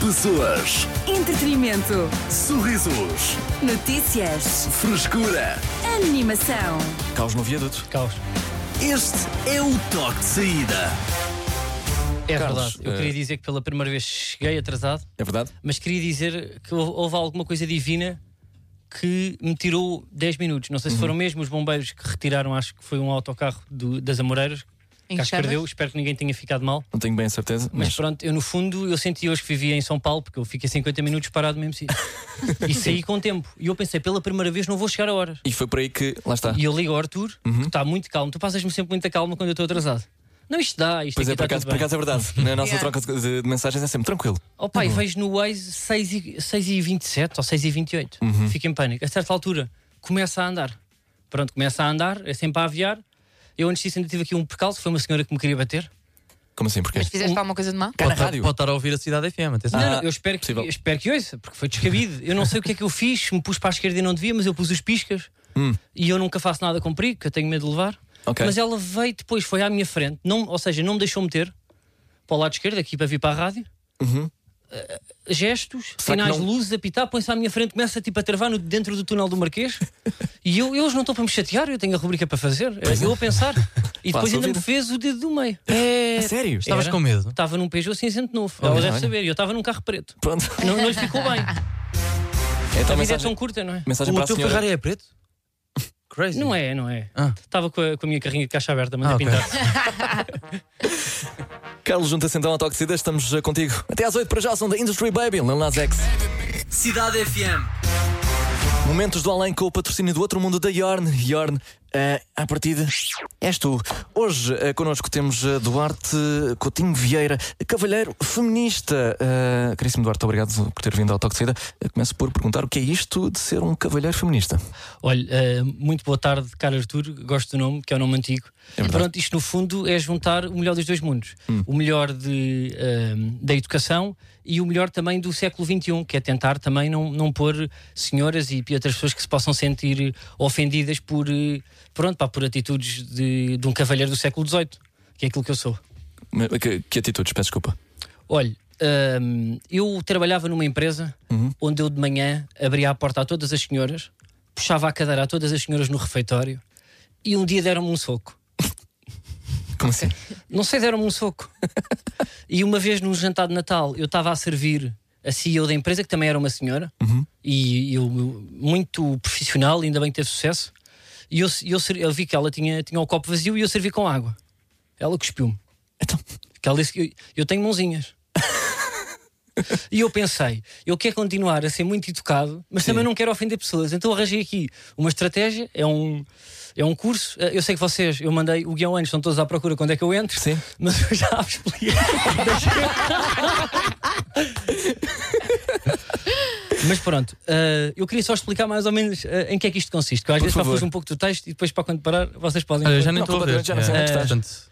Pessoas, Entretenimento. sorrisos, Notícias. frescura. Animação. Caos no viaduto. Caos. Este é o toque de saída. É Carlos, verdade. Eu eh, queria dizer que pela primeira vez cheguei atrasado, É verdade? mas queria dizer que houve, houve alguma coisa divina que me tirou 10 minutos. Não sei se Uhum. foram mesmo os bombeiros que retiraram, acho que foi um autocarro do- das Amoreiras. Em que acho que chamas? perdeu, espero que ninguém tenha ficado mal. Não tenho bem a certeza, Mas mas, pronto, eu no fundo eu senti hoje que vivia em São Paulo, porque eu fiquei 50 minutos parado no mesmo sítio. e saí com tempo. E eu pensei, pela primeira vez não vou chegar a horas. E foi por aí que. Lá está. E eu ligo ao Arthur, Uhum. que está muito calmo. Tu passas-me sempre muita calma quando eu estou atrasado. Não, isto dá, isto Pois aqui é, por está acaso, tá tudo por bem. acaso é verdade. Na nossa Yeah. troca de, de mensagens é sempre tranquilo. Oh pai, vejo no Waze 6 e, 6 e 27 ou 6 e 28. Fico em pânico. A certa altura, começa a andar. Pronto, começa a andar, é sempre a aviar. Eu antes disso ainda tive aqui um percalço, foi uma senhora que me queria bater. Como assim? Porquê? Mas fizeste Um- alguma coisa de mal? Cá na rádio. Pode estar a ouvir a cidade FM, atenção. não, não, eu espero que, Ah, possível. eu espero que ouça, porque foi descabido. Eu não sei o que é que eu fiz, me pus para a esquerda e não devia, mas eu pus os piscas. E eu nunca faço nada com perigo, que eu tenho medo de levar. Hum. Ok. Mas ela veio depois, foi à minha frente, não, ou seja, não me deixou meter para o lado esquerdo, aqui para vir para a rádio. Eh, gestos, Uhum. Será que sinais de não- luzes, apitar, põe-se à minha frente, começa tipo a travar no, dentro do túnel do Marquês. e eu, eu hoje não estou para me chatear, eu tenho a rubrica para fazer. é. eu a pensar. E Faça depois ainda ouvir. me fez o dedo do meio. A É sério? Estavas Era. com medo? Estava num Peugeot cinzento novo. Ela Olha, deve olha. saber, e eu estava num carro preto. Pronto. Não, não lhe ficou bem. Então, a vida é mensagem, tão curta, não é? mensagem para O a teu senhora. Ferrari é preto? Crazy. Não é, não é. Ah. Estava com, a, com a minha carrinha de caixa aberta, mandei Ah, ok. pintar. é- Carlos, junta-se então à Toque de Saída, estamos eh, contigo. Até às 8 para já, são da Industry Baby, Lil Nas X. Cidade FM. Momentos do Além com o patrocínio do Outro Mundo da Yorn. Yorn, eh, à partida, és tu. Hoje eh, connosco temos eh, Duarte Coutinho Vieira, cavalheiro feminista. Eh, caríssimo Duarte, obrigado por ter vindo ao Toque de Saída. Eh, começo por perguntar o que é isto de ser um cavalheiro feminista. Olha, eh, muito boa tarde, cara Arthur. Gosto do nome, que é o nome antigo. É verdade. Hum. Pronto, isto no fundo é juntar o melhor dos dois mundos: o melhor de, eh, da educação e o melhor também do século XXI, que é tentar também não, não pôr senhoras e outras pessoas que se possam sentir ofendidas por, eh, pronto, pá, por atitudes de, de um cavalheiro do século XVIII, que é aquilo que eu sou. Me- Eh, Que, que atitudes, peço desculpa. Olha, hum, eu trabalhava numa empresa onde eu de manhã abria a porta a todas as senhoras, puxava a cadeira a todas as senhoras no refeitório e um dia deram-me um soco. Como assim? Não sei, deram-me um soco. e uma vez num jantar de Natal, eu estava a servir a CEO da empresa, que também era uma senhora, e eu, muito profissional, ainda bem que teve sucesso. E eu, eu, ser- eu vi que ela tinha, tinha o copo vazio e eu servi com água. Ela cuspiu-me. Então, Que ela disse que eu, eu tenho mãozinhas. e eu pensei, eu quero continuar a ser muito educado, mas também não quero ofender pessoas. Então arranjei aqui uma estratégia, é um, é um curso. Eh, Eu sei que vocês, eu mandei o guião antes, estão todos à procura quando é que eu entro, Sim. mas eu já vos explico. mas pronto, eh, eu queria só explicar mais ou menos eh, em que é que isto consiste, que eu às Por vezes favor. para um pouco do texto e depois para quando parar vocês podem. Olha, já nem Não, estou a ver. completamente, já não sei É, onde é que estás. portanto,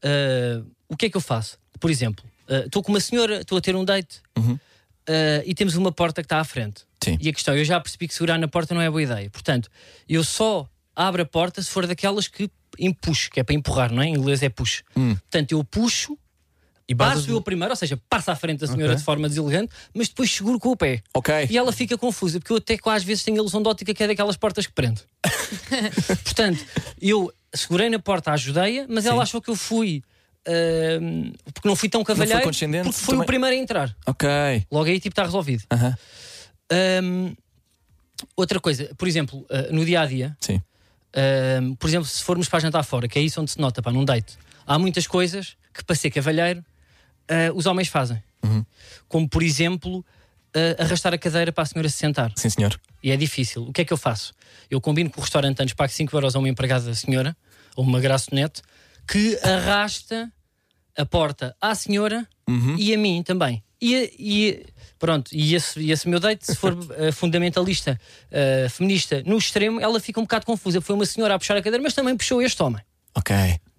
Uh, o que é que eu faço? Por exemplo, uh, estou com uma senhora, estou a ter um date uh, e temos uma porta que está à frente. Sim. E a questão, eu já percebi que segurar na porta não é boa ideia. Portanto, eu só abro a porta se for daquelas que empuxo, que é para empurrar, não é? Em inglês é push. Portanto, eu puxo, E passo basas eu primeiro, ou seja, passo à frente da senhora Ok. de forma deselegante, mas depois seguro com o pé. ok. E ela fica confusa, porque eu até que às vezes tenho a ilusão de ótica que é daquelas portas que prende. Portanto, eu segurei na porta, ajudei-a, mas ela achou que eu fui. ahm, porque não fui tão cavalheiro, condescendente, porque fui também- o primeiro a entrar. Ok. Logo aí, tipo, está resolvido. Aham, Ahm, outra coisa, por exemplo, ah, no dia a dia, Sim. Ahm, por exemplo, se formos para jantar fora, que é isso onde se nota, pá, num date, há muitas coisas que, para ser cavalheiro, ah, os homens fazem. Uhum. Como, por exemplo, ah, arrastar a cadeira para a senhora se sentar. Sim, senhor. E é difícil. O que é que eu faço? Eu combino com o restaurante antes, pago 5 euros a uma empregada da senhora, ou uma graçonete, que arrasta a porta à senhora e a mim também. E, a- e a- pronto, e esse, e esse meu date, se for eh, fundamentalista, eh, feminista, no extremo, ela fica um bocado confusa. Foi uma senhora a puxar a cadeira, mas também puxou este homem. Ok.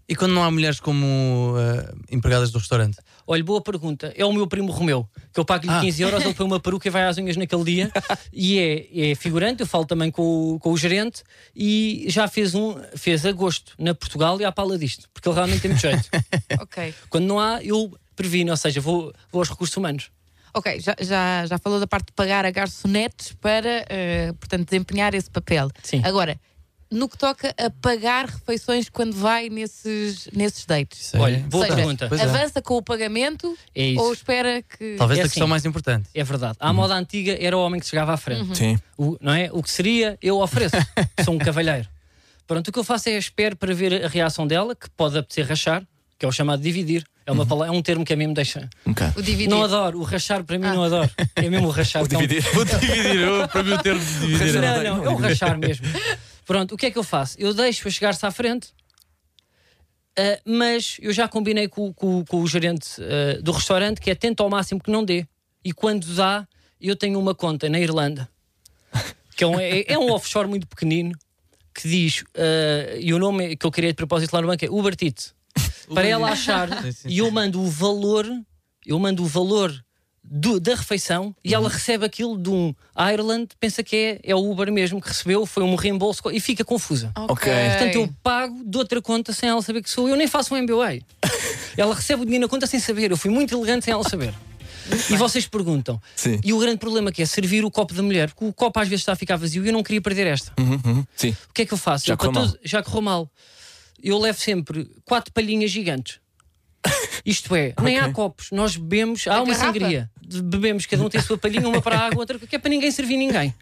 E quando não há mulheres como eh, empregadas do restaurante? Olha, boa pergunta. É o meu primo Romeu, que eu pago-lhe Ah. 15 euros, ele põe uma peruca e vai às unhas naquele dia. e é, é figurante, eu falo também com o, com o gerente. E já fez um, fez agosto na Portugal e à pala disto, porque ele realmente tem muito jeito. Ok. Quando não há, eu previno, ou seja, vou, vou aos recursos humanos. Ok, já, já, já falou da parte de pagar a garçonetes para, eh, portanto, desempenhar esse papel. Sim. Agora, no que toca a pagar refeições quando vai nesses, nesses dates? Isso aí Olha, é- vou- Boa Ou pergunta. Pois é. Avança com o pagamento É isso. ou espera que. Talvez É a questão assim. mais importante. É verdade. Uhum. À moda antiga era o homem que chegava à frente. Sim. O, não é? o que seria, eu ofereço. Sou um cavalheiro. Pronto, o que eu faço é espero para ver a reação dela, que pode apetecer rachar, que é o chamado dividir. É, uma pala- é um termo que a mim me deixa. Ok. O dividir. Não adoro. O rachar para mim não adoro. É mesmo o rachar. que é um- Então, Vou dividir, eu, para mim o termo de dividir. Não, não, é o rachar mesmo. Pronto, o que é que eu faço? Eu deixo-a chegar-se à frente, ah, mas eu já combinei com, com- com o gerente ah, do restaurante que é tenta ao máximo que não dê. E quando dá, eu tenho uma conta na Irlanda, que é um, é- é um offshore muito pequenino, que diz, ah, e o nome que eu queria de propósito lá no banco é Uber Tit. Para ela achar, Sim, sim, e eu mando o valor, eu mando o valor do- da refeição e Uhum. ela recebe aquilo de um Ireland, pensa que é, é o Uber mesmo que recebeu, foi um reembolso co- e fica confusa. Ok. É. Portanto, eu pago de outra conta sem ela saber que sou eu. Eu nem faço um MBA. ela recebe o dinheiro na conta sem saber. Eu fui muito elegante sem ela saber. E vocês perguntam. Sim. E o grande problema que é servir o copo da mulher, porque o copo às vezes está a ficar vazio e eu não queria perder esta. Uhum, uhum. Sim. O que é que eu faço? Já eu, para correu mal. todos- já correu mal. Eu levo sempre quatro palhinhas gigantes. Isto é, nem há copos, nós bebemos, há uma garrafa? sangria. De- Bebemos, cada um tem a sua palhinha, uma para a água, outra, que é para ninguém servir ninguém.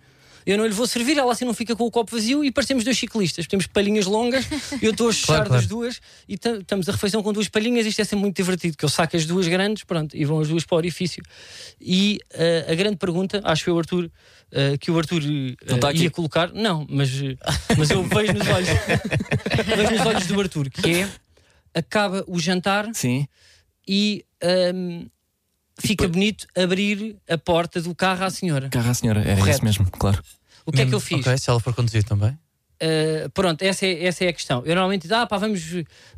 Eu não lhe vou servir, ela assim não fica com o copo vazio e parecemos dois ciclistas. Temos palhinhas longas, eu estou a chuchar Claro, claro. das duas e ta- estamos a refeição com duas palhinhas. Isto é sempre muito divertido, que eu saco as duas grandes pronto, e vão as duas para o orifício. E ah, a grande pergunta, acho eu, Arthur, ah, que o Arthur ah, Não está aqui? ia colocar, não, mas, ah, mas eu vejo nos olhos, vejo nos olhos do Arthur, que é acaba o jantar Sim. e hum, fica bonito abrir a porta do carro à senhora. Carra a senhora. Era Correto. isso mesmo, claro. O que é que Hum, eu fiz? Ok, se ela for conduzir também. Uh, pronto, essa é, essa é a questão. Eu normalmente digo, ah, pá, vamos,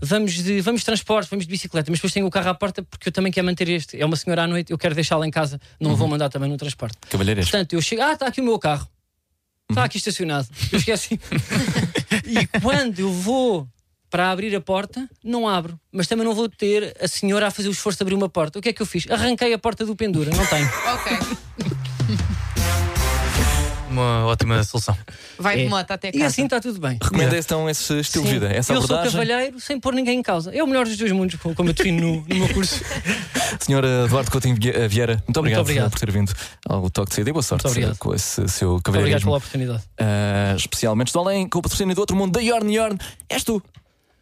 vamos, de, vamos de transportes, vamos de bicicleta, mas depois tenho o carro à porta porque eu também quero manter este. É uma senhora à noite, eu quero deixá-la em casa, Uhum. não a vou mandar também no transporte. Cavalheiras. Portanto, eu chego, ah, está aqui o meu carro, está aqui estacionado. Eu esqueci. e quando eu vou para abrir a porta, não abro, mas também não vou ter a senhora a fazer o esforço de abrir uma porta. O que é que eu fiz? Arranquei a porta do pendura, não tenho. Ok. Uma ótima solução. Vai de É. moto até casa. E assim está tudo bem. Recomenda então esse estilo de Sim. vida, essa eu sou abordagem. cavalheiro sem pôr ninguém em causa. É o melhor dos dois mundos, co- como eu defino no, no meu curso. Senhora Eduardo Coutinho Vie- eh, Vieira, muito obrigado, obrigado. por ter vindo ao Toque de Saída e boa sorte Muito obrigado. eh, com esse seu Obrigado cavalheirismo. pela oportunidade. Eh, especialmente do além, com o patrocínio do outro mundo, da Yorn Yorn. És tu.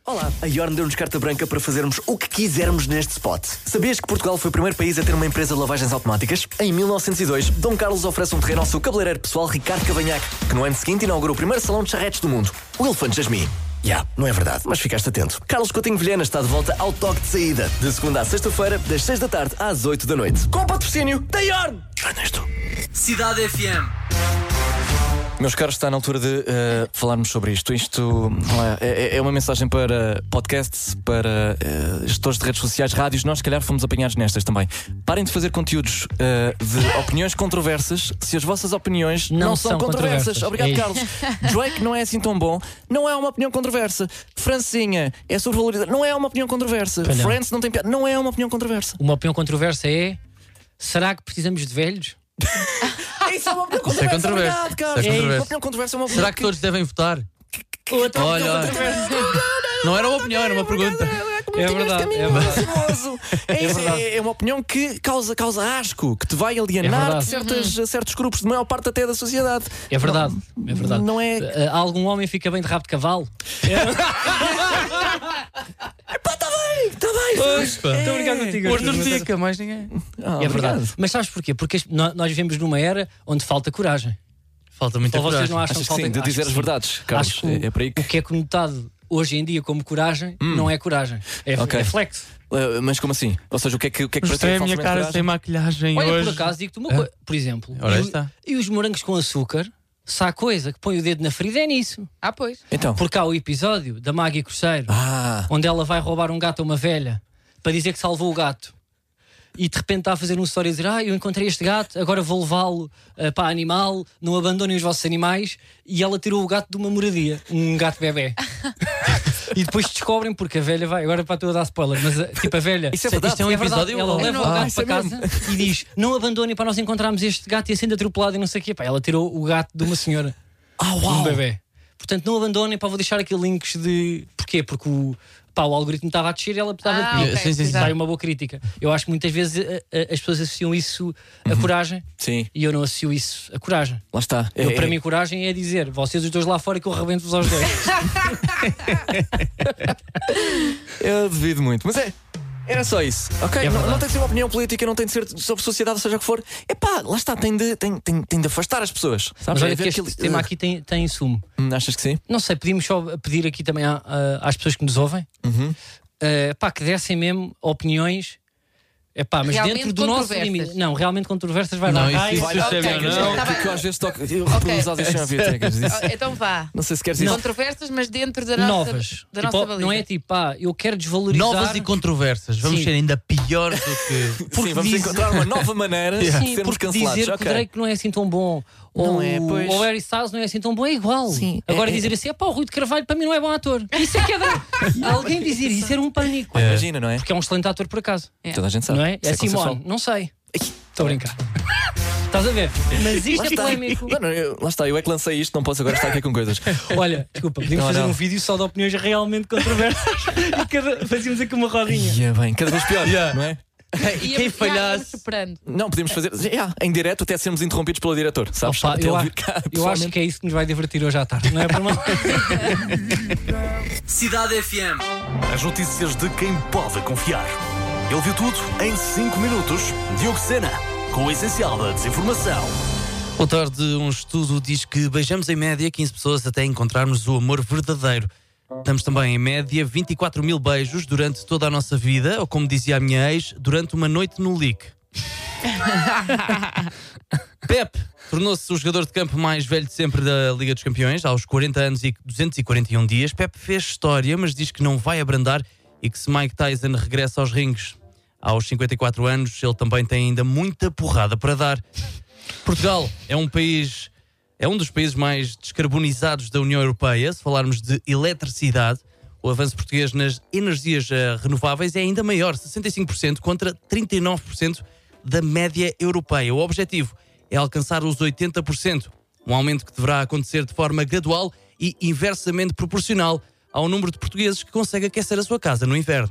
Olá, a Yorn deu-nos carta branca para fazermos o que quisermos neste spot. Sabias que Portugal foi o primeiro país a ter uma empresa de lavagens automáticas? Em 1902, Dom Carlos oferece um terreno ao seu cabeleireiro pessoal Ricardo Cavanhaque, que no ano seguinte inaugura o primeiro salão de charretes do mundo, o Elefante Jasmine. Já, não é verdade, mas ficaste atento. Carlos Coutinho Vilhena está de volta ao toque de saída, de segunda à sexta-feira, das seis da tarde às oito da noite. Com o patrocínio da Yorn! Ernesto. Cidade FM. Meus caros, está na altura de eh, falarmos sobre isto. Isto eh, é, é uma mensagem para podcasts, para eh, gestores de redes sociais, rádios. Nós, se calhar, fomos apanhados nestas também. Parem de fazer conteúdos eh, de opiniões controversas se as vossas opiniões não, Não são, são controversas. controversas. Obrigado, É isso. Carlos. Drake não é assim tão bom, não é uma opinião controversa. Francinha é sobrevalorizada, não é uma opinião controversa. Calhar. Friends não tem piada, não é uma opinião controversa. Uma opinião controversa é: será que precisamos de velhos? Isso é uma opinião Isso é controversa. controverso. Obrigado, Carlos. Isso é Uma controverso. opinião controversa é uma opinião Será que todos devem votar? Outra Olha, olha. Não era uma opinião, é era uma pergunta. É verdade, é verdade. Perigoso. É, isso, verdade. é- é uma opinião que causa, causa asco, que te vai É alienar verdade. de certas, certos grupos, de maior parte até da sociedade. É verdade, é verdade. Não é. Ah, algum homem fica bem de rabo de cavalo? Pá, está bem, está bem. Estou a brincar contigo. Hoje não fica mais ninguém. Ah, É obrigado. verdade. Mas sabes porquê? Porque as- nó- nós vivemos numa era onde falta coragem. Falta muita Ou vocês coragem. não acham Achas que que falta sim, de acho dizer as que sim. verdades, Carlos. Acho que é, é por aí que- Hum. O que é conotado hoje em dia como coragem não é coragem. É, Ok. é flex. Eh, Mas como assim? Ou seja, o que é que, o que, é que Mostrei a minha falsamente cara coragem? sem maquilhagem Olha, hoje. por acaso, digo-te uma coisa. Por exemplo, Ora, aí e, o- está. e os morangos com açúcar, se há coisa que põe o dedo na ferida é nisso. Ah, pois. Então. Porque há o episódio da Maggie Cruzeiro, Ah, onde ela vai roubar um gato a uma velha para dizer que salvou o gato. E de repente está a fazer um story a dizer: Ah, eu encontrei este gato, agora vou levá-lo ah, para animal, não abandonem os vossos animais. E ela tirou o gato de uma moradia, um gato bebê. E depois descobrem porque a velha vai. Agora para a tua dar spoiler, mas eh, tipo a velha. Isso é Isto verdade. um É episódio. verdade. Ela Eu leva não- o Ah, gato isso é para casa e diz: Não abandonem para nós encontrarmos este gato e sendo atropelado e não sei o quê. Pá, ela tirou o gato de uma senhora, Ah, de um uau! bebê. Portanto, não abandonem. Pá, vou deixar aqui links de. Porquê? Porque o, pá, o algoritmo estava a descer e ela precisava de Ah, pedir. ok, Sim, sim, sim. exato. Sai uma boa crítica. Eu acho que muitas vezes eh, eh, as pessoas associam isso a Uhum. coragem Sim, e eu não associo isso a coragem. lá está. Eu, É- para mim, coragem é dizer vocês os dois lá fora que eu rebento-vos aos dois. Eu devido muito, mas é. Era só isso, ok? não, É verdade. não tem que ser uma opinião política, não tem de ser sobre sociedade, seja o que for. É pá, lá está, tem de, tem, tem, tem de afastar as pessoas. Sabes? Mas É olha ver que este aquilo- tema aqui tem, tem sumo. Hum, Achas que sim? Não sei, pedimos só pedir aqui também a- a- às pessoas que nos ouvem Uhum. eh, pá, que dessem mesmo opiniões. É pá, mas Realmente dentro do nosso controversas. limite. Não, realmente controversas vai Não, dar isso- raio. isso vai é dar- sério. Ok, não, então tá bem. Porque eu às vezes toco. Eu reproduzo às vezes sem haver técnicas disso. Oh, Então vá. Não sei se queres isso. Controversas, mas dentro da nossa, Novas. Da Tipo, nossa baliza. não é tipo, pá, eu quero desvalorizar. Novas e controversas. Vamos Sim. ser ainda piores do que. Sim, vamos diz- encontrar uma nova maneira de Sim, sermos assim, porque cancelados. dizer que ok. o Drake não é assim tão bom Não ou, é, pois. ou o Harry Styles não é assim tão bom é igual. Sim, Agora é- dizer assim, é pá, o Rui de Carvalho para mim não é bom ator. Isso é que é dar. Alguém dizer isso era um pânico. Pá, Imagina, não é? Porque é um excelente ator por acaso. Toda a gente sabe. Não é? Isso um. É consensual. Simone, não sei. Estou a brincar. Estás a ver? Mas isto é polémico. Não, não, eu- lá está, eu é que lancei isto, não posso agora estar aqui com coisas. Olha, desculpa, podíamos Não, fazer não. um vídeo só de opiniões realmente controversas e cada- fazíamos aqui uma rodinha. Ia é bem, cada vez pior, Yeah. não é? tipo, E Íamos- quem já, íamos falhasse. superando. Não, podemos fazer yeah, em direto até sermos interrompidos pelo diretor, sabes? Opa, até eu, ele a- vir cá, eu pessoalmente. acho que é isso que nos vai divertir hoje à tarde, não é? Por mal. Cidade FM. As notícias de quem pode confiar. Ele viu tudo em 5 minutos. Diogo Sena, com o essencial da desinformação. O autor de um estudo diz que beijamos em média 15 pessoas até encontrarmos o amor verdadeiro. Damos também, em média, 24 mil beijos durante toda a nossa vida, ou como dizia a minha ex, durante uma noite no leak. Pep tornou-se o jogador de campo mais velho de sempre da Liga dos Campeões, aos 40 anos e 241 dias. Pep fez história, mas diz que não vai abrandar e que se Mike Tyson regressa aos rings aos 54 anos, ele também tem ainda muita porrada para dar. Portugal é um país, é um dos países mais descarbonizados da União Europeia. Se falarmos de eletricidade, o avanço português nas energias eh, renováveis é ainda maior, 65% contra 39% da média europeia. O objetivo é alcançar os 80%, um aumento que deverá acontecer de forma gradual e inversamente proporcional ao número de portugueses que consegue aquecer a sua casa no inverno.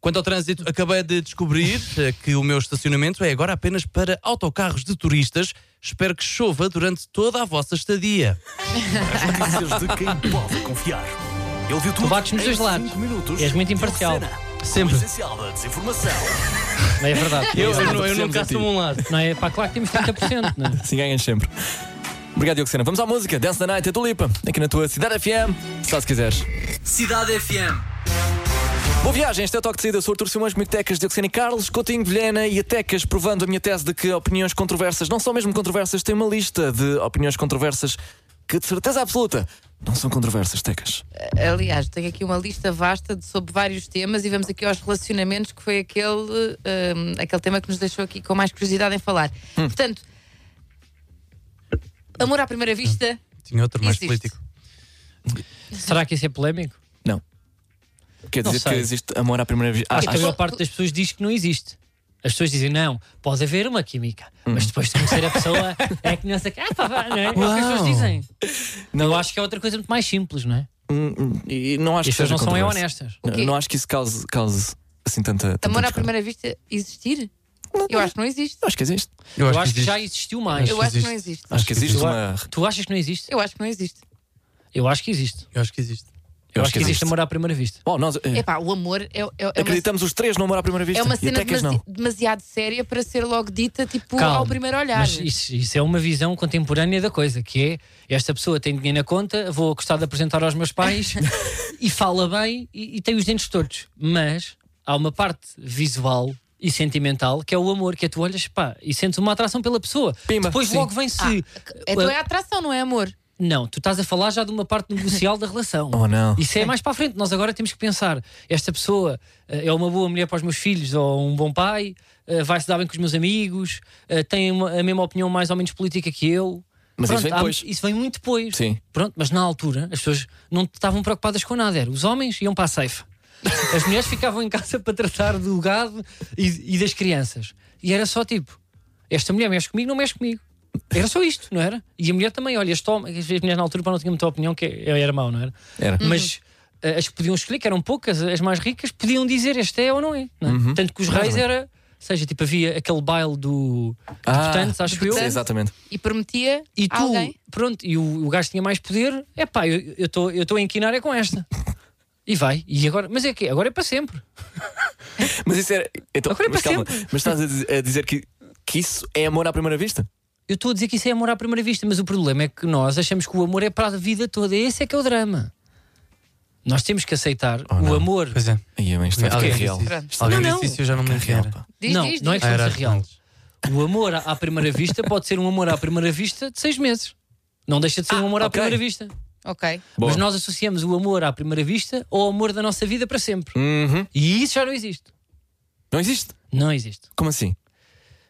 Quanto ao trânsito, acabei de descobrir eh, que o meu estacionamento é agora apenas para autocarros de turistas. Espero que chova durante toda a vossa estadia. Notícias de quem pode confiar. Ele viu tudo bates nos em dois cinco lados. minutos. És muito imparcial. Diogo Sena, com Sempre. O essencial da desinformação. Não é verdade. Eu, eu, não- eu Precisamos nunca de ti. assumo um lado. Não é? Pá, claro que temos 30%, não é? Sim, ganhas sempre. Obrigado, Diogo Sena. Vamos à música. Dance the Night, a Tulipa. Aqui na tua Cidade FM, só se quiseres. Cidade FM. Boa viagem, este é o Toque de Saída. Eu sou o Artur Simões, comigo Tecas, Diogo Sena e Carlos, Coutinho, Vilhena e a Tecas, provando a minha tese de que opiniões controversas, não são mesmo controversas, tem uma lista de opiniões controversas que, de certeza absoluta, não são controversas, Tecas. Aliás, tenho aqui uma lista vasta de- sobre vários temas e vamos aqui aos relacionamentos, que foi aquele, hum, aquele tema que nos deixou aqui com mais curiosidade em falar. Portanto, amor à primeira vista. Tinha outro mais Existe. político. Será que isso é polémico? Quer Não dizer que sei. existe amor à primeira vista. Ah, Acho que Então, a maior parte das pessoas diz que não existe. As pessoas dizem, não, pode haver uma química, mas depois de conhecer a pessoa é que não sei o que. Ah, pá, pá, não é? É o que as pessoas dizem. Eu acho que é outra coisa muito mais simples, não é? E não acho E as que pessoas seja não são é controverso. honestas. O quê? Não, não acho que isso cause, cause assim tanta. tanta Amor à discórdia. primeira vista existir? Eu acho que não existe. Eu Acho que existe. Eu acho, que, já existiu mais. Eu que acho que não existe. existe. Acho que existe Tu, uma. a- tu achas que não existe? Eu acho que não existe. Eu acho que existe. Eu acho que existe. Eu, acho que existe amor à primeira vista. Bom, nós, eh, Epá, o amor é, é- é uma, acreditamos os três no amor à primeira vista. é uma e cena até que as demasi- não. demasiado séria para ser logo dita tipo Calma, ao primeiro olhar. Mas isso, isso é uma visão contemporânea da coisa, que é esta pessoa tem dinheiro na conta, vou gostar de apresentar aos meus pais e fala bem e, e tem os dentes tortos. Mas há uma parte visual e sentimental que é o amor, que é tu olhas pá, e sentes uma atração pela pessoa. Pima, Depois sim. logo vem-se. Então é a atração, não é amor? Não, tu estás a falar já de uma parte negocial da relação. Oh, não. Isso é mais para a frente. Nós agora temos que pensar: esta pessoa eh, é uma boa mulher para os meus filhos ou um bom pai, eh, vai se dar bem com os meus amigos, eh, tem uma- a mesma opinião mais ou menos política que eu. Mas Pronto, isso vem há- depois. isso vem muito depois. Sim. Pronto, mas na altura as pessoas não estavam preocupadas com nada. Era, os homens iam para a safe. As mulheres ficavam em casa para tratar do gado e, e das crianças. E era só tipo: esta mulher mexe comigo, não mexe comigo. Era só isto, não era? E a mulher também, olha, este homem, as mulheres na altura pá, não tinham muita opinião, que eu era mau, não era? Era. Mas eh, as que podiam escolher, que eram poucas, as mais ricas, podiam dizer este é ou não é. Não é? Uhum. Tanto que os reis era, ou seja, tipo, havia aquele baile do Ah, deputantes, acho eu. Sim, exatamente. E prometia E tu, a alguém. pronto, e o, o gajo tinha mais poder, é pá, eu estou eu tô a inquinar é com esta. E vai, e agora, mas é que agora é para sempre. Mas isso era. Então, Agora é mas para calma, mas estás a dizer, a dizer que, que isso é amor à primeira vista? Eu estou a dizer que isso é amor à primeira vista, mas o problema é que nós achamos que o amor é para a vida toda, e esse é que é o drama. Nós temos que aceitar o Oh, não. amor. Pois é. Aí, bem, isto é Alguém disse real. isso. Pronto. Alguém Não, disse não. isso e eu já não me lembro quem era. Diz, não, diz, não é diz. que seja Era real. é. O amor à- à primeira vista pode ser um amor à primeira vista de seis meses. Não deixa de ser um amor à ok. primeira vista. Ok. Boa. Mas nós associamos o amor à primeira vista ao amor da nossa vida para sempre. Uhum. E isso já não existe. Não existe? Não existe. Como assim?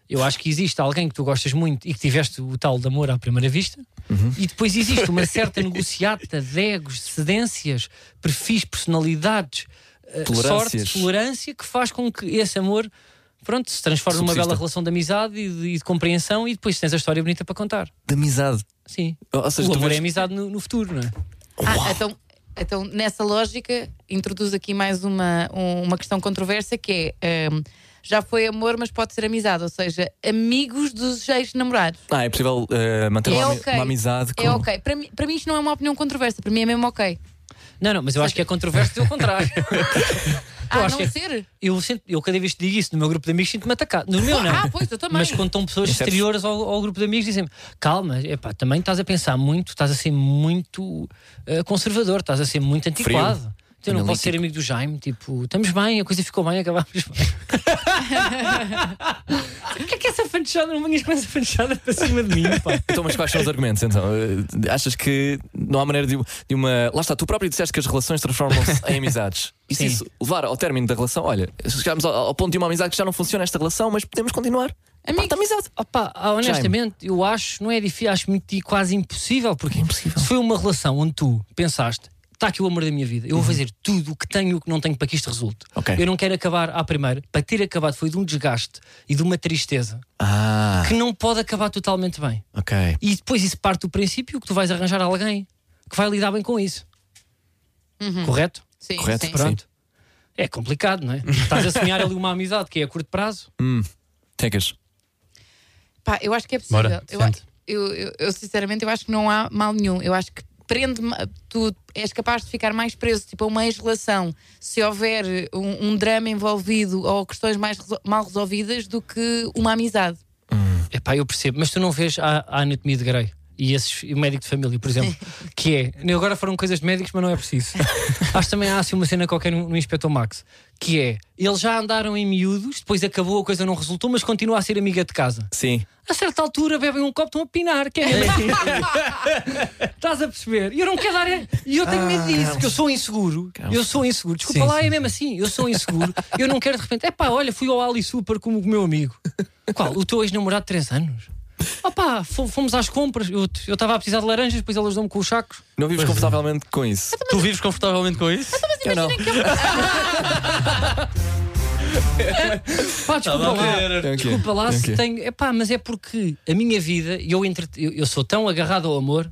Eu acho que existe alguém que tu gostas muito e que tiveste o tal de amor à primeira vista, Uhum. e depois existe uma certa negociata de egos, cedências, perfis, personalidades, eh, sorte, Tolerâncias. tolerância que faz com que esse amor pronto, se transforme numa Subsista. bela relação de amizade e de, e de compreensão, e depois tens a história bonita para contar. De amizade. Sim. Ou ou seja, o tu amor vês- é amizade no, no futuro, não é? Ah, então, então, nessa lógica, introduz aqui mais uma, um- uma questão controversa que é. hum, já foi amor, mas pode ser amizade, ou seja, amigos dos ex-namorados. Ah, é possível eh, manter É uma, ami- ok. uma amizade com. É ok. Para mim, para mim, isto não é uma opinião controversa, para mim é mesmo ok. Não, não, mas eu acho que é controverso dizer o contrário. Ah, acho não que é- ser? Eu, sinto, eu cada vez que digo isso no meu grupo de amigos sinto-me atacado. No meu não. Ah, pois, eu também. Mas quando estão pessoas Percebes? exteriores ao, ao grupo de amigos, dizem-me: calma, epá, também estás a pensar muito, estás a ser muito eh, conservador, estás a ser muito antiquado. Então, eu não posso Analítico. ser amigo do Jaime, tipo, estamos bem, a coisa ficou bem, acabámos bem. O que é que é essa fanchada? Não manhas com essa fanchada para cima de mim, pá. Então, mas quais são os argumentos então? Eh, Achas que não há maneira de, de uma. Lá está, tu próprio disseste que as relações transformam-se em amizades. E se Sim. isso levar ao término da relação, olha, chegámos ao, ao ponto de uma amizade que já não funciona esta relação, mas podemos continuar. Amigos. Pá, tá amizade. Opa, honestamente, eu acho, não é difícil, acho muito e quase impossível, porque se foi uma relação onde tu pensaste, está aqui o amor da minha vida, eu vou fazer tudo o que tenho e o que não tenho para que isto resulte. Ok. Eu não quero acabar à primeira. Para ter acabado foi de um desgaste e de uma tristeza Ah, que não pode acabar totalmente bem. ok. E depois isso parte do princípio que tu vais arranjar alguém que vai lidar bem com isso. Correto? Sim, Correto, sim. Pronto. É complicado, não é? Estás a sonhar ali uma amizade que é a curto prazo. Tecas. Pá, eu acho que é possível. Bora, eu, sente. eu, eu- eu, sinceramente eu acho que não há mal nenhum. Eu acho que prende tu és capaz de ficar mais preso tipo, a uma ex-relação se houver um, um drama envolvido ou questões mais resol- mal resolvidas do que uma amizade. Epá, eu percebo, mas tu não vês a, a anatomia de Grey e esses, e o médico de família, por exemplo, que é. nem Agora foram coisas de médicos, mas não é preciso. Acho que também há assim uma cena qualquer no, no Inspector Max, que é. Eles já andaram em miúdos, depois acabou, a coisa não resultou, mas continua a ser amiga de casa. Sim. A certa altura bebem um copo, estão a pinar, que é mesmo assim. Estás a perceber? E eu não quero dar. E eu tenho medo disso, que eu sou inseguro. Eu sou inseguro. Desculpa Ah, Sim, lá, sim. é mesmo assim. Eu sou inseguro. eu não quero de repente. É pá, olha, fui ao Ali Super com o meu amigo. Qual? O teu ex-namorado de 3 anos? Opá, fo- fomos às compras. Eu eu estava a precisar de laranjas, depois elas dão-me com os sacos. Não vives confortavelmente com isso. Tu vives confortavelmente com isso? Eu não. Pá, desculpa lá. Ok. Desculpa lá se Ok. tenho. É pá, mas é porque a minha vida, e eu, entre... eu, eu sou tão agarrado ao amor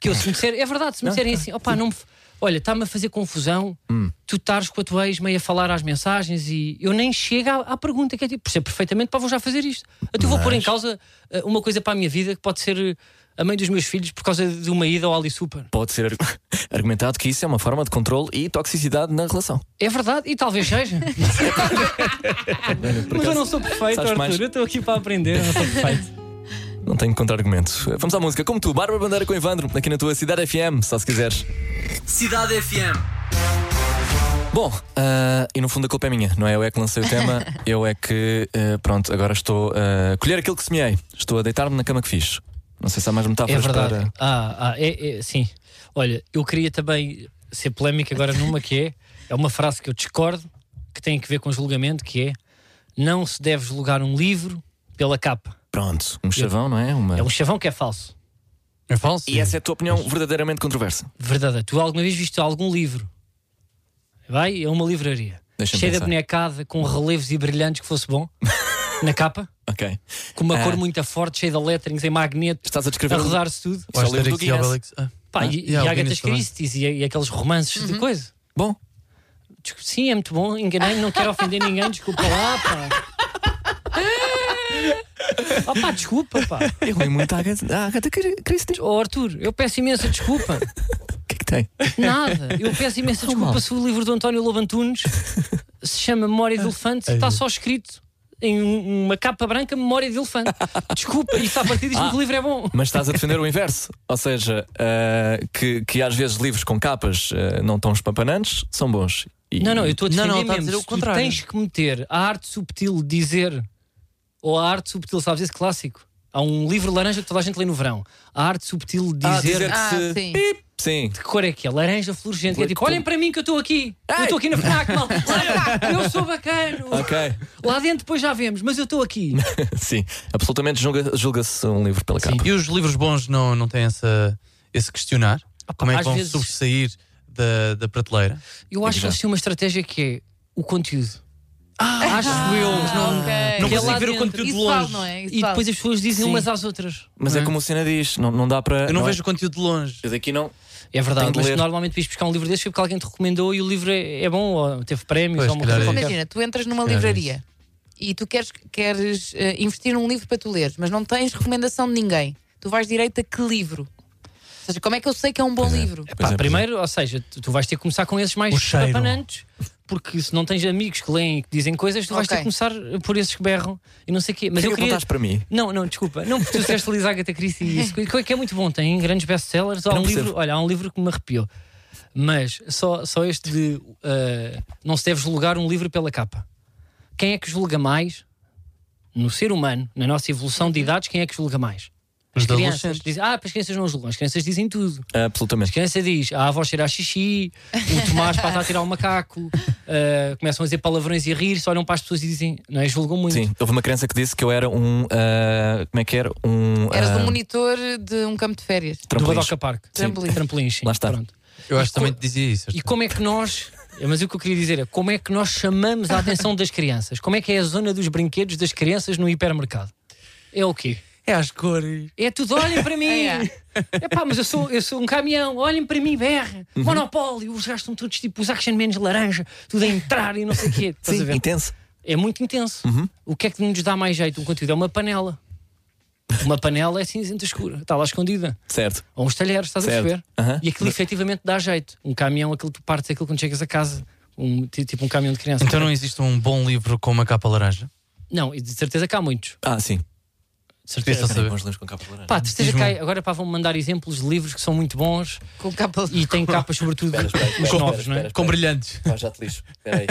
que eu, se me disserem, é verdade, se me disserem assim, opá, não me. Olha, está-me a fazer confusão Hum. tu estares com a tua ex meio a falar às mensagens e eu nem chego à, à pergunta, que é tipo, percebo perfeitamente, pá, vou já fazer isto. Eu te vou pôr em causa eh, uma coisa para a minha vida que pode ser eh, a mãe dos meus filhos por causa de uma ida ao Ali Super. Pode ser ar- argumentado que isso é uma forma de controle e toxicidade na relação. É verdade, e talvez seja. mas eu não sou perfeito, sabes Arthur, mais? eu estou aqui para aprender, eu não sou perfeito. Não tenho contra-argumento. Vamos à música. Como tu, Bárbara Bandeira com Evandro, aqui na tua Cidade FM, só se quiseres. Cidade FM. Bom, ah, e no fundo a culpa é minha, não é? Eu é que lancei o tema, eu é que, ah, pronto, agora estou a colher aquilo que semeei. Estou a deitar-me na cama que fiz. Não sei se há mais É metáforas verdade. para. Ah, ah, é, é, sim. Olha, eu queria também ser polémico agora numa que é, é uma frase que eu discordo, que tem a ver com julgamento, que é não se deve julgar um livro pela capa. Pronto, um chavão, não é? Uma... É um chavão que é falso. É falso? E essa é a tua opinião verdadeiramente controversa. Verdade. Tu alguma vez viste algum livro? Vai a uma livraria. Deixa-me Cheia de pensar. bonecada, com relevos e brilhantes que fosse bom. na capa. Ok. Com uma Ah. cor muito forte, cheia de letterings em magneto. Estás a descrever. A um- rodar-se tudo. O Só livro Asterix do e Guinness. Obelix. Ah. Pá, Ah, e, e yeah, o Agatha Guinness também. Christie's e, e aqueles romances de coisa. Bom, Desculpe, Sim, é muito bom. Enganei-me, não quero ofender ninguém. Desculpa lá, pá. Oh, pá, desculpa, pá. eu li muito a Agatha, a Agatha Christie. Oh, Arthur, eu peço imensa desculpa. O que é que tem? Nada. Eu peço imensa desculpa se o livro do António Lobo Antunes se chama Memória de Elefante, está só escrito em um- uma capa branca Memória de Elefante. Desculpa, e está a partir diz-me que o livro é bom. Mas estás a defender o inverso. Ou seja, ah, que, que às vezes livros com capas ah, não tão espampanantes são bons. E- Não, não, eu estou a defender Não, não, está a mesmo. dizer o Se contrário. Tu tens que meter a arte subtil de dizer, ou a arte subtil, sabes esse clássico? Há um livro laranja que toda a gente lê no verão. A arte subtil de Ah, dizer, dizer- Ah, Se- sim. Sim. que cor é que é? Laranja fluorescente. É tipo, olhem para mim que eu estou aqui. Eu estou aqui na FNAC, mal. Eu sou bacano. Ok. Lá dentro depois já vemos, mas eu estou É aqui. Sim. Absolutamente julga- julga-se um livro pela Sim, capa. E os livros bons não, não têm essa, esse questionar? Como é que às vão vezes- sobressair da, da prateleira? Eu acho que eles têm uma estratégia que é o conteúdo. acho eu. Ah, ok. Não Que é consigo lá ver o dentro. conteúdo Isso de longe. vale, não é? Isso E vale. depois as pessoas dizem Sim. umas às outras. Mas é Não é? como o Cena diz, não, não dá para. Eu não, é? vejo o conteúdo de longe. Eu daqui não. É Tem verdade, de mas ler. normalmente viste buscar um livro desse porque alguém te recomendou e o livro é, é bom, ou teve prémios, Pois, ou uma calhar coisa é qualquer. Imagina, tu entras numa Calhar é livraria e tu queres, queres eh, investir num livro para tu leres, mas não tens recomendação de ninguém. Tu vais direito a que livro? Ou seja, como é que eu sei que é um bom livro? Pá, Pois é, primeiro, ou seja, tu, tu vais ter que começar com esses mais O cheiro. apanantes, porque se não tens amigos que leem e que dizem coisas, tu vais ter Ok. que começar por esses que berram e não sei o quê. Mas Mas eu que queria. apontaste para mim? Não, não, desculpa. Não, porque tu disseste Liz Agatha Christie e isso. Que que é muito bom, tem grandes best-sellers. Há Não um percebo. livro, olha, há um livro que me arrepiou. Mas só, só este de ah, não se deve julgar um livro pela capa. Quem é que julga mais no ser humano, na nossa evolução de idades, quem é que julga mais? As Os da crianças adolescente. dizem, ah, as crianças não julgam, as crianças dizem tudo. A Absolutamente. criança diz: a avó cheira a xixi, o Tomás passa a tirar o macaco, ah, começam a dizer palavrões e a rir, só olham para as pessoas e dizem: não é? Julgam muito. Sim. Houve uma criança que disse que eu era um. ah, como é que era? Um. Eras ah, um monitor de um campo de férias. Do trampolins. Badoca Park. Trampolins. Trampolins, sim. Lá está. Pronto. Eu acho que co- também te dizia isso. E Arthur. como é que nós. Mas o que eu queria dizer é como é que nós chamamos a atenção das crianças? Como é que é a zona dos brinquedos das crianças no hipermercado? É o quê? É às cores. É tudo, olhem para mim! É, É pá, mas eu sou, eu sou um caminhão, olhem para mim, berra! Uhum. Monopólio, os gajos estão todos tipo os action menos laranja, tudo a entrar e não sei o quê. Estás a Sim, ver? intenso. É muito intenso. O que é que nos dá mais jeito? O conteúdo é uma panela. Uma panela é cinzenta escura, está lá escondida. Certo. Ou uns talheres, estás Certo. Uhum. a perceber? Aham. E aquilo efetivamente dá jeito. Um caminhão, aquilo tu partes aquilo quando chegas a casa. Um, ti- tipo um caminhão de criança. Então não existe um bom livro com uma capa laranja? Não, e de certeza que há muitos. Ah, sim. De Queria certeza. só saber. livros com capa laranja. Pá, de certeza que Diz-me. há, agora pá, vão mandar exemplos de livros que são muito bons Com capa e têm capas, sobretudo, os novos, não é? Com brilhantes. já te lixo. Espera aí.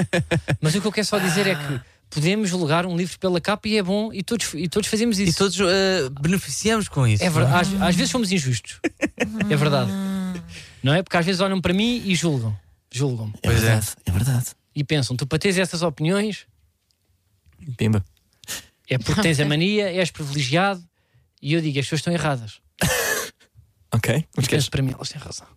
Mas o que eu quero só dizer é que podemos julgar um livro pela capa e é bom e todos, e todos fazemos E isso. todos eh, beneficiamos com isso. É verdade. Às, às vezes somos injustos. É verdade. Não é? Porque às vezes olham para mim e julgam. Julgam-me. É Pois é. verdade, é verdade. E pensam, tu para teres essas opiniões Pimba. é porque tens a mania, és privilegiado. E eu digo, as pessoas estão erradas. Ok. Mas queres? Penso para mim, elas têm razão.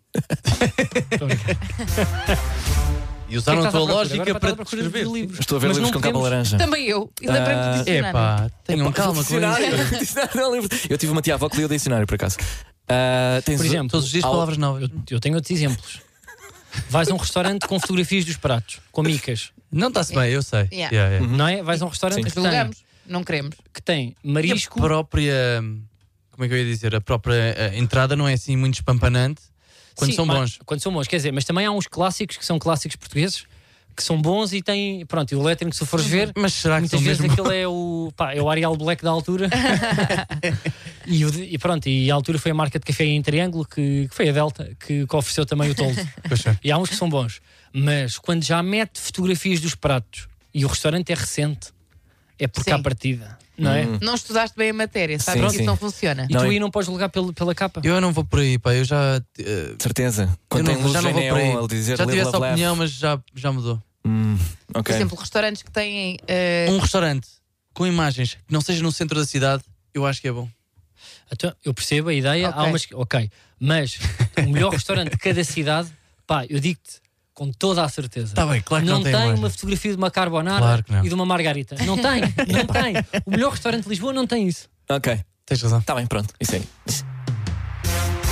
E usaram Estás a à tua procura? lógica Agora para estás à te procura de escrever. livros. Estou a ver Mas livros com não capa podemos- laranja. Também eu. E lembrei-me Ah, de É dicionário. pá, tenham calma com isso. Dicionário. Dicionário é um livro. Eu tive uma tia avó que lia o dicionário, por acaso. Ah, tens Por exemplo, Todos os dias Ao- palavras novas. eu tenho outros exemplos. Vais a um restaurante com fotografias dos pratos, com micas, Não está-se bem, eu sei. Yeah. Yeah, yeah. não é? Vais a um restaurante que tem, Julgamos. Não queremos. que tem E a marisco, própria. Como é que eu ia dizer? A própria eh, entrada não é assim muito espampanante quando Sim, são mas- bons. Quando são bons, quer dizer, mas também há uns clássicos que são clássicos portugueses que são bons e têm. Pronto, e o lettering, se fores ver, Mas será que são muitas vezes mesmo aquele é o. Pá, é o Arial Black da altura. e, o de- e pronto, e a altura foi a marca de café em Triângulo, que, que foi a Delta, que, que ofereceu também o toldo. é. e há uns que são bons. Mas quando já mete fotografias dos pratos e o restaurante é recente, é porque Sim. há partida, não é? Hum. Não estudaste bem a matéria, sabes Sim, que sim. isso não funciona. E Não, tu e- aí não podes julgar pelo, pela capa. Eu não vou por aí, pá. Eu já. eh, De certeza. Quando eu tem não- luz já não em vou por aí. neon, ele dizer já live, tive essa love, laugh. opinião, mas já, já mudou. Hum, Por ok. exemplo, restaurantes que têm. eh, Um restaurante com imagens que não seja no centro da cidade, eu acho que é bom. Então, eu percebo a ideia, Ok. há umas. que- Ok, mas o melhor restaurante de cada cidade, pá, eu digo-te com toda a certeza. Tá bem, claro que não tem tem mais. uma fotografia de uma carbonara Claro que não. e de uma margarita. Não tem, não tem. O melhor restaurante de Lisboa não tem isso. Ok, Tens razão. está bem, pronto. Isso aí. Tá,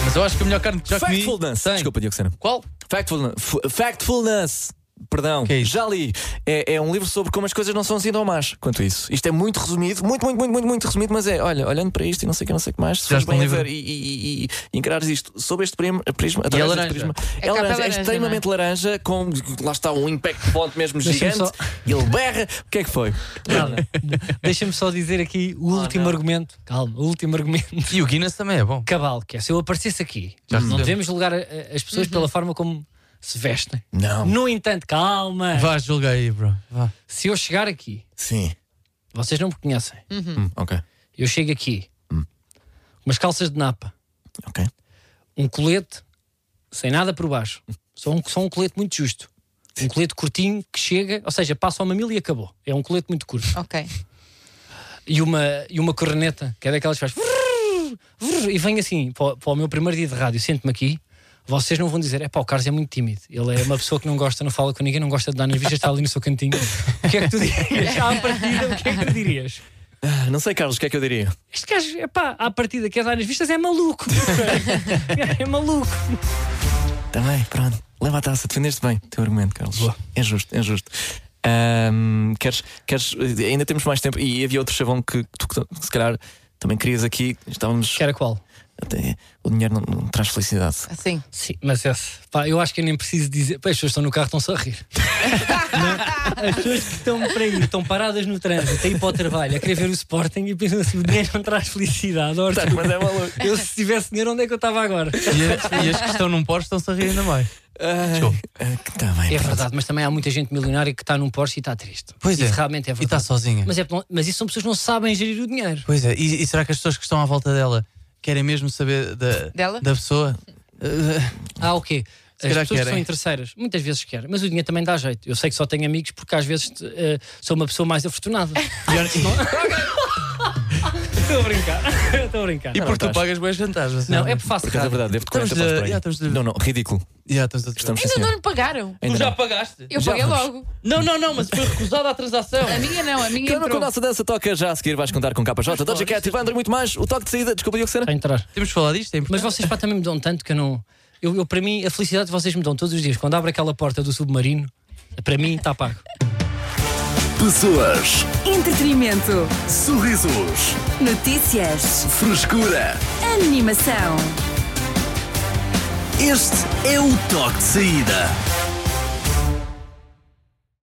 Mas eu acho que a melhor carne que já comi. Factfulness. Tem. Desculpa, Diogo Sena. Qual? Factfulness. F- Factfulness. Perdão, Que é isso? já li. É, é um livro sobre como as coisas não são assim tão más quanto isso. Isto é muito resumido, muito, muito, muito, muito, muito resumido, mas é, olha, olhando para isto e não sei o que, não sei o que mais, se Já fores está um bem a livro. ver e, e, e- e encarares isto sob este prim- prisma, através é deste laranja. prisma, É é, capa laranja, é laranja, extremamente laranja, com lá está um impact point mesmo Deixa-me gigante, só- e ele berra. O que é que foi? Nada. Deixa-me só dizer aqui o último argumento. Calma, o último argumento. E o Guinness também é bom. Cabal, que é se eu aparecesse aqui, Já não recebemos. devemos julgar a- a- as pessoas pela forma como se vestem. Não. No entanto, É. calma. Vá, julga aí, bro. Vá. Se eu chegar aqui, Sim. vocês não me conhecem, Hum, ok. eu chego aqui, umas calças de napa, Ok. um colete sem nada por baixo, só um, só um colete muito justo. Um colete curtinho que chega, ou seja, passa ao mamilo e acabou. É um colete muito curto. Ok. E uma, e uma corneta, que é daquelas que faz. vrrr, vrrr, E vem assim para, o- para o meu primeiro dia de rádio, sento-me aqui. Vocês não vão dizer, é pá, o Carlos é muito tímido. Ele é uma pessoa que não gosta, não fala com ninguém, não gosta de dar entrevistas, está ali no seu cantinho. O que é que tu dirias? À partida, o que é que tu dirias? Ah, Não sei, Carlos, o que é que eu diria? Este gajo, é pá, à partida, quer dar entrevistas, é maluco. é maluco. Também, Tá pronto. Leva a taça, defendeste bem o teu argumento, Carlos. Boa. É justo, é justo. Ahm, queres, queres, ainda temos mais tempo e havia outro chavão que tu que se calhar também querias aqui. Estávamos. Que era qual? Até- o dinheiro não, não traz felicidade. Assim. Sim, mas esse, pá, eu acho que eu nem preciso dizer. Pá, as pessoas estão no carro estão-se a rir. Não? é? As pessoas que estão para aí, estão paradas no trânsito, a ir para o trabalho, a querer ver o Sporting e pensam assim: o dinheiro não traz felicidade. Ora, Tá, mas é maluco. eu, se tivesse dinheiro, onde é que eu estava agora? E as, e as que estão num posto estão-se a rir ainda mais. Desculpa. Está Ah, tá bem. É pronto. verdade, mas também há muita gente milionária que está num Porsche e está triste. Pois Isso é. realmente é E está verdade. sozinha. mas, é, mas isso são pessoas que não sabem gerir o dinheiro. Pois é. E, e será que as pessoas que estão à volta dela querem mesmo saber da, Dela? da pessoa? Ah, ok. As calhar pessoas que querem. são interesseiras, muitas vezes querem, mas o dinheiro também dá jeito. Eu sei que só tenho amigos porque às vezes eh, sou uma pessoa mais afortunada. Estou a brincar, estou a brincar. E porque estás. tu pagas boas vantagens. assim. Não, é por fácil. Por acaso é verdade, devo Estamos correr de- por aí. já estamos de- Não, não, ridículo. Yeah, estamos a... Estamos sem Ainda não senhor. lhe pagaram. Tu Ainda já não. pagaste? Eu Já paguei vamos. logo. Não, não, não, mas foi recusada a transação. A minha não, a minha Cada com a entrou. nossa dança toca já a seguir vais contar com KJ, Doja Cat e Vandra muito mais. O toque de saída, desculpa, Diogo Sena. Para entrar. Temos de falar disto, é Mas importante. vocês pá, também me dão tanto que eu não. Eu, eu, para mim, a felicidade que vocês me dão todos os dias, quando abro aquela porta do submarino, para mim está pago. Pessoas, Entretenimento. sorrisos, Notícias. frescura. Animação. Este é o toque de saída.